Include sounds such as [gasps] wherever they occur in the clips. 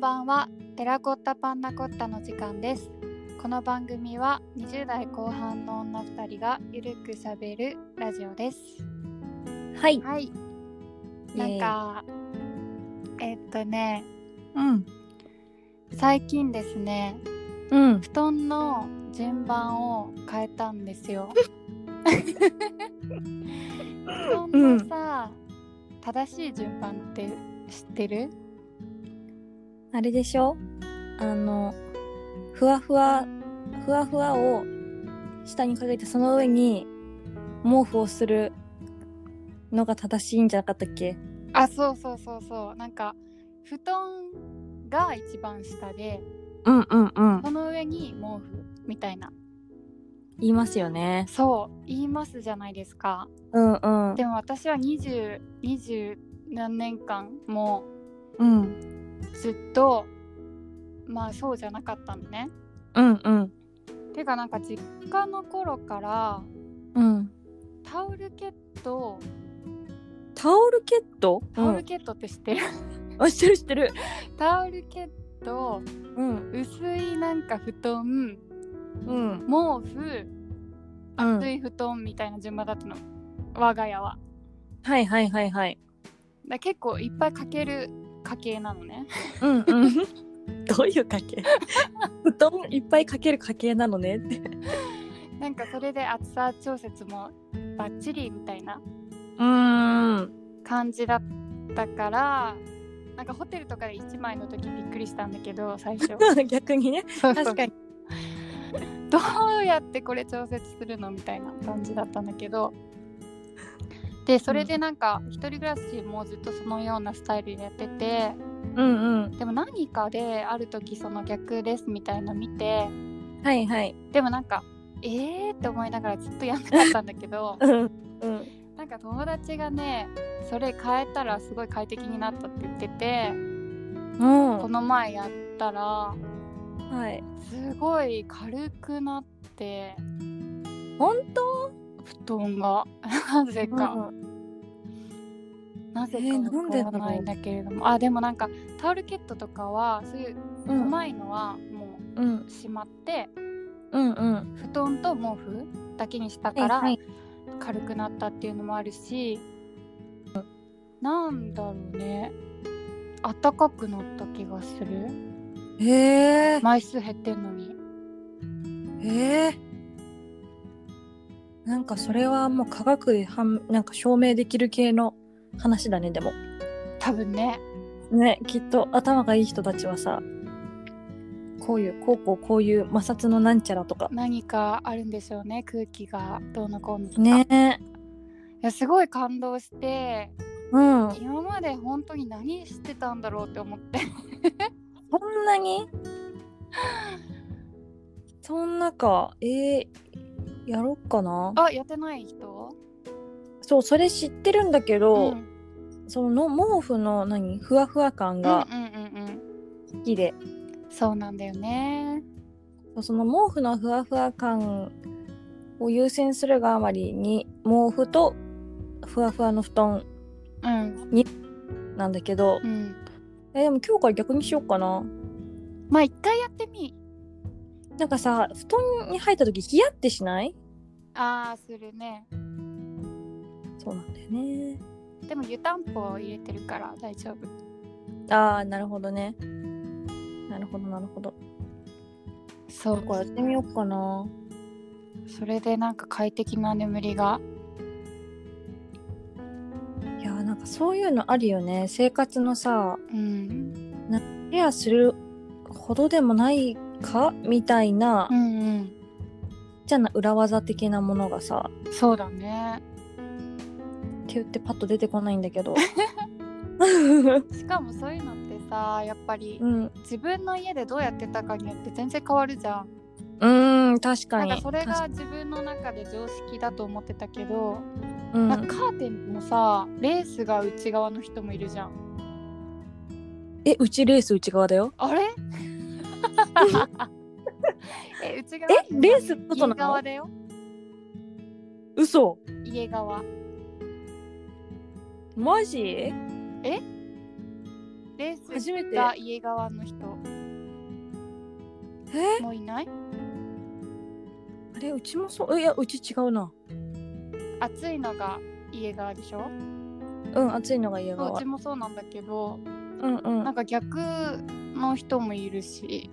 ばんはテラコッタパンナコッタの時間ですこの番組は20代後半の女2人がゆるくしゃべるラジオですはい。はいなんかえっとねうん。最近ですねうん。布団の順番を変えたんですよ布団のさ、正しい順番って知ってるあれでしょあの、ふわふわ、ふわふわを下にかけて、その上に毛布をするのが正しいんじゃなかったっけあそうそうそうそうなんか布団が一番下でうんうんうんそ。の上に毛布みたいな言いますよね。そう言いますじゃないですかうんうん。でも私は2020何年間もうん。ずっとまあそうじゃなかったのねうんうん。てかなんか実家の頃からうん。タオルケットタオルケットタオルケットって知ってる、 [laughs] うん、あ、知ってる知ってる。タオルケットうん。薄いなんか布団うん。毛布うん厚い布団みたいな順番だったの、我が家ははいはいはいはい。だ結構いっぱいかける家系なのねうんうん。 [laughs] どういう家系 [laughs] 布団いっぱいかける家系なのねって。なんかそれで厚さ調節もバッチリみたいなうん。 [laughs] 感じだったからなんかホテルとかで1枚の時びっくりしたんだけど最 [laughs] 初逆にねそうそう確かにどうやってこれ調節するのみたいな感じだったんだけどでそれでなんか一人暮らしもずっとそのようなスタイルでやっててうんうんでも何かである時その逆ですみたいの見てはいはいでもなんかえーって思いながらずっとやんなかったんだけどうんうんなんか友達がねそれ変えたらすごい快適になったって言っててこはの前やったらいすごい軽くなって本当布団が [laughs] なぜか、なぜえかーわからないんだけれども、あでもなんかタオルケットとかはそういうううんまいのはもうんうしまって、うんうん布団と毛布だけにしたからはい軽くなったっていうのもあるし、なんだろうね暖かくなった気がするへえ [laughs] 枚数減ってんのにへえなんかそれはもう科学で判なんか証明できる系の話だねでも多分ねねきっと頭がいい人たちはさこういうこうこうこういう摩擦のなんちゃらとか何かあるんでしょうね空気がどうのこうのとか、ねいやすごい感動してうんそ今まで本当に何してたんだろうって思って [laughs] んなに [gasps] そんなかえー、やろっかなあやってない人そうそれ知ってるんだけうど、んその毛布の何ふわふわ感がうんうんうん好きで、うんそうなんだよねその毛布のふわふわ感を優先するがあまりに毛布とふわふわの布団うんなんだけど、うんえでも今日から逆にしようかなまあ一回やってみなんかさ布団に入った時ヒヤってしないあーするねそうなんだよねでも湯たんぽを入れてるから大丈夫あーなるほどねなるほどなるほどそ今日からやってみようかなそれでなんか快適な眠りがいやーなんかそういうのあるよね生活のさうんケアするほどでもないかみたいな、うんうんじゃな裏技的なものがさそうだねって言ってパッと出てこないん [laughs] だけどしかもそういうのってさやっぱりうんう自分の家でどうやってたかによって全然変わるじゃんーん確かなんにかそれ確かが自分の中で常識だと思ってたけど、うんなんかカーテンもさレースが内側の人もいるじゃんえうちレース内側だよあれ [laughs] え内側ってえレース外な家の側だよ嘘家側マジえレース初めてが家側の人えもういないあれうちもそうえいやうち違うな暑いのが家側でしょうん暑いのがそ家うう側ちもそうなんだけどうんうなんんか逆の人もいるし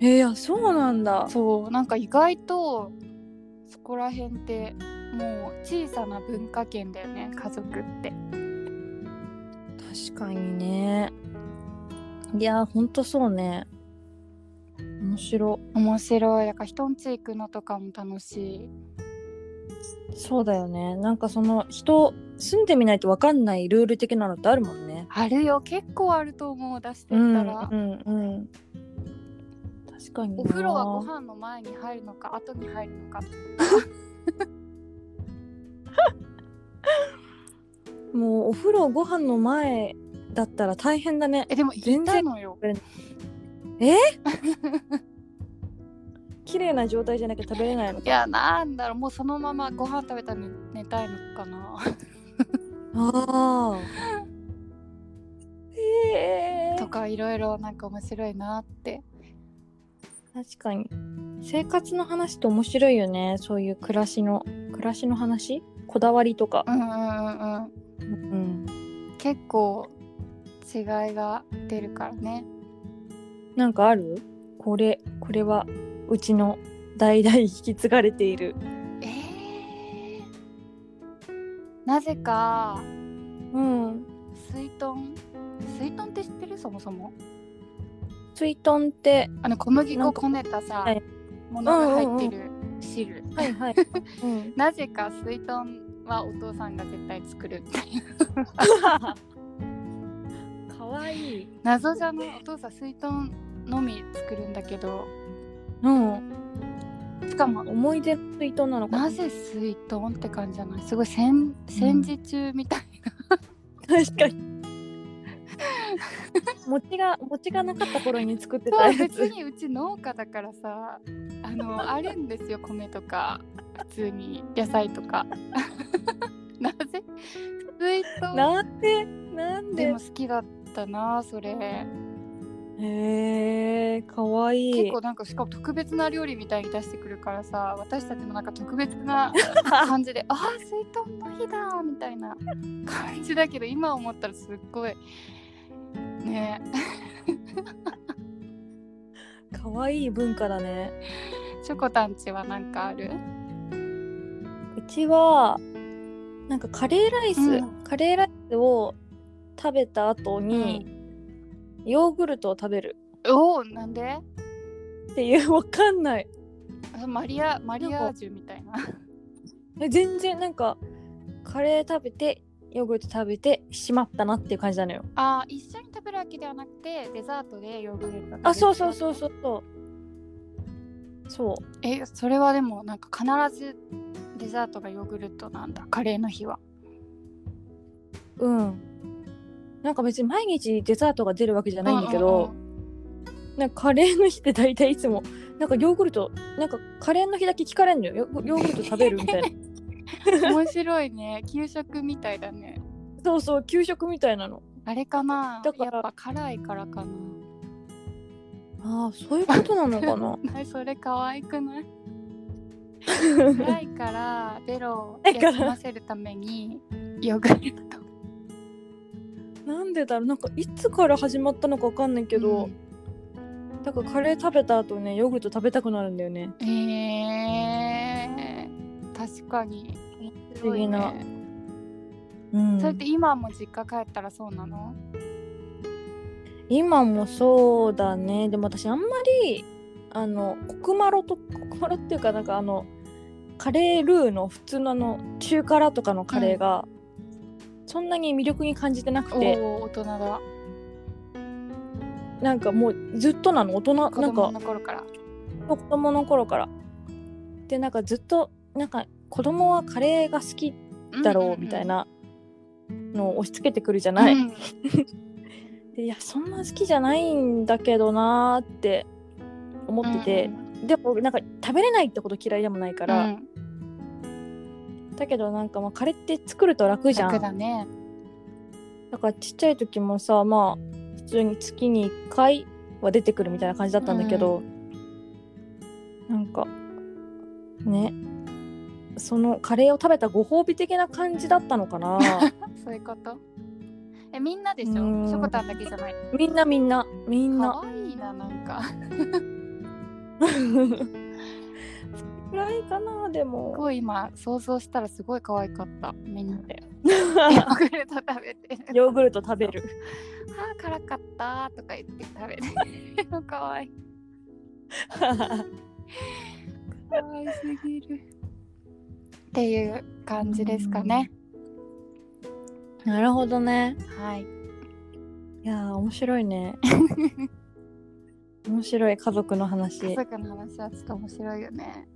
えいやそうなんだそうなんか意外とそこら辺ってもう小さな文化圏だよね家族って確かにねいやほんとそうね面白面白いだから人んち行くのとかも楽しいそうだよねなんかその人住んでみないとわかんないルール的なのってあるもんねあるよ結構あると思う出してうっんうたんら、うん確かになお風呂はご飯の前に入るのか後に入るのかもうお風呂ご飯の前だったら大変だねえでも全全然然のよ綺麗な状態じゃなきゃ食べれないのいやなんだろうもうそのままご飯食べたら寝寝たいのかなああえ [laughs] えとかいろいろなんか面白いなって確かに生活の話って面白いよねそういう暮らしの暮らしの話こだわりとかうんうんうんうんうん結構違いが出るからねなんかあるこれこれはうちの代々引き継がれているえーなぜかうん水豚水豚って知ってるそもそも水豚ってあの小麦な粉んかこねたさ、はいものが入ってる汁、はいはい、 [laughs] うん、なぜか水豚はお父さんが絶対作るっていう [laughs] かわいい謎じゃないお父さん水豚のみ作るんだけどうんしかも思い出水豚なのかななぜ水豚って感じじゃないすごい戦戦時中みたいな、確かに餅が餅がなかった頃に作ってたそうや別つにうち農家だからさあ [laughs] のあるんですよ米とか普通に野菜とか [laughs] なぜ水豚なんでなんででも好きだったなそれへえかわい結い構なんかしかも特別な料理みたいに出してくるからさ私たちもなんか特別 [laughs] な感じで「ああ水遁の日だ」みたいな感じだけど今思ったらすっごいねかわいい文化だねえチョコタンちはなんかあるうちはなんかカレーライス、うんカレーライスを食べた後に、ヨーグルトを食べるおおなんでっていうわかんないマリアマリアージュみたいな。え全然なんかカレー食べてヨーグルト食べてしまったなっていう感じなのよああ一緒に食べるわけではなくてデザートでヨーグルト食べるあそうそうそうそうそうそうえそれはでもなんか必ずデザートがヨーグルトなんだカレーの日はうんなんか別に毎日デザートが出るわけじゃないんだけど、うんうんなんかカレーの日って大体いつもなんかヨーグルトなんかカレーの日だけ聞かれんのよヨーグヨーグルト食べるみ [laughs] たいなうん面白いね給食みたいだねそうそう給食みたいなのあれかなだからやっぱ辛いからかな。ああそういうことなのかなそれ可愛くない辛いからベロを休ませるためにヨーグルト。 [laughs] なんでだろうなんかいつから始まったのかわかんないけど、だからカレー食べた後ねヨーグルト食べたくなるんだよねうんえー、確かに。面白い不思ね。うんそれって今も実家帰ったらそうなの今もそうだねでも私あんまりあのコクマロとコクマロっていうかなんかあのカレールーの普通のあの中辛とかのカレーが、そんなに魅力に感じてなくおてお大人だ。なんかもうずっとなの大人子なん供かの頃から。子供の頃からでなんかずっとなんか子供はカレーが好きだろうみたいなのを押し付けてくるじゃうんうんなうい、ん。うんでいやそんな好きじゃないんだけどなーって思ってて、でもなんか食べれないってこと嫌いでもないかうら、ん、だけどなんかまあカレーって作ると楽じゃん楽だだね。からちっちゃい時もさまあ通に月に1回は出てくるみたいな感じだったんだけど、なんかねそのカレーを食べたご褒美的な感じだったのか [laughs] なそういうことえみんなでしょうんしょこたんだけじゃないみんなみんなみかん [laughs] なわいいななんかくらいかなですもごい今想像したらすごい可愛かったみんなで [laughs] ヨヨーグルト食べてるーグルト食べるあー辛かったとか言って食べてる可愛い可愛すぎるっていう感じですかね、 [laughs] なるほどねはいいやー面白いね面白い家族の家話族の話はちょっと面白いよね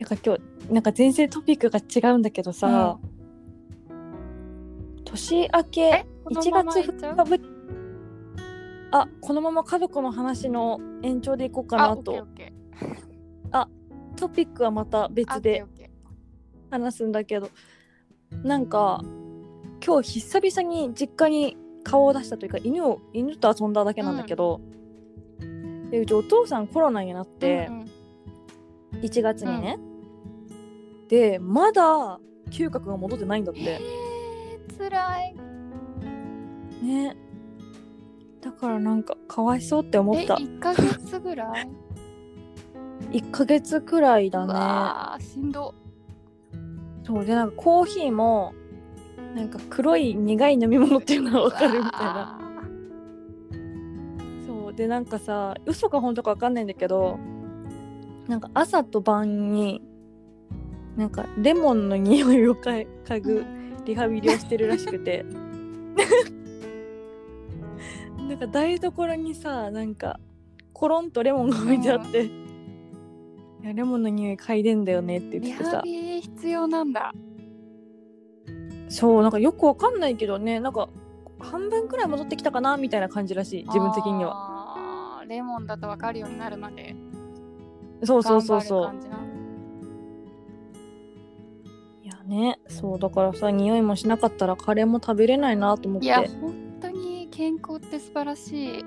なんか今日なんか全然トピックが違うんだけどさ、年明けこの1まま月行っちゃう2日ぶあこのまま家族の話の延長でいこうかあなオッケーオとッケートピックはまたあオ別ッケーでオッケー話すんだけどなんか今日久々に実家に顔を出したというか犬を犬と遊んだだけなんだけど、でうちお父さんコロナになって、うんうん1月にね、でまだ嗅覚が戻ってないんだっえてー、つらいねだからなんかかわいそうって思えった1ヶ月ぐらい1ヶ月くらいうだねわーしんどそうでなんかコーヒーもなんか黒い苦い飲み物っていうのが分かるみたいななそうでなんかさ嘘か本当か分かんないんだけどなんか朝と晩になんかレモンの匂いを嗅い嗅ぐリハビリをしてるらしく [laughs] てなんか台所にさなんかコロンとレモンが置いてあって「いやレモンの匂い嗅いでんだよね」ってリ言っててハさビリ必要なんだそうなんかよく分かんないけどねなんか半分くらい戻ってきたかなみたいな感じらしい自分的にははレモンだと分かるようになるまでそう頑そうそ張うるそう感じないやねそうだからさ匂いもしなかったらカレーも食べれないなと思っいやて本当に健康って素晴らし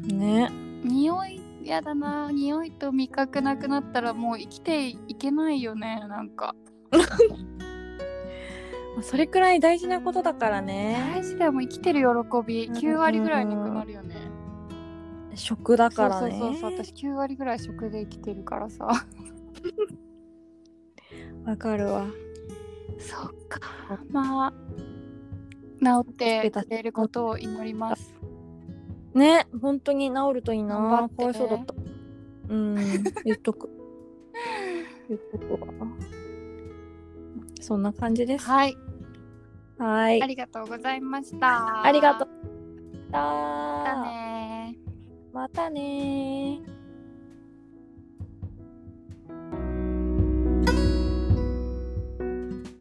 いね匂いやだな匂いと味覚なくなったらもう生きていけないよねなんかまあそれくらい大事なことだからね大事だよもう生きてる喜び9割ぐらいなくなるよね食だからねそうそうそうそう私9割ぐらい食で生きてるからさわかるわ [laughs] そっかまあ治ってくれることを祈りますね本当に治るといいな頑張ってねかわいそうだったうん言っと [laughs] く言っとくわそんな感じですははいいありがとうございましたありがとうまたまねーまたねー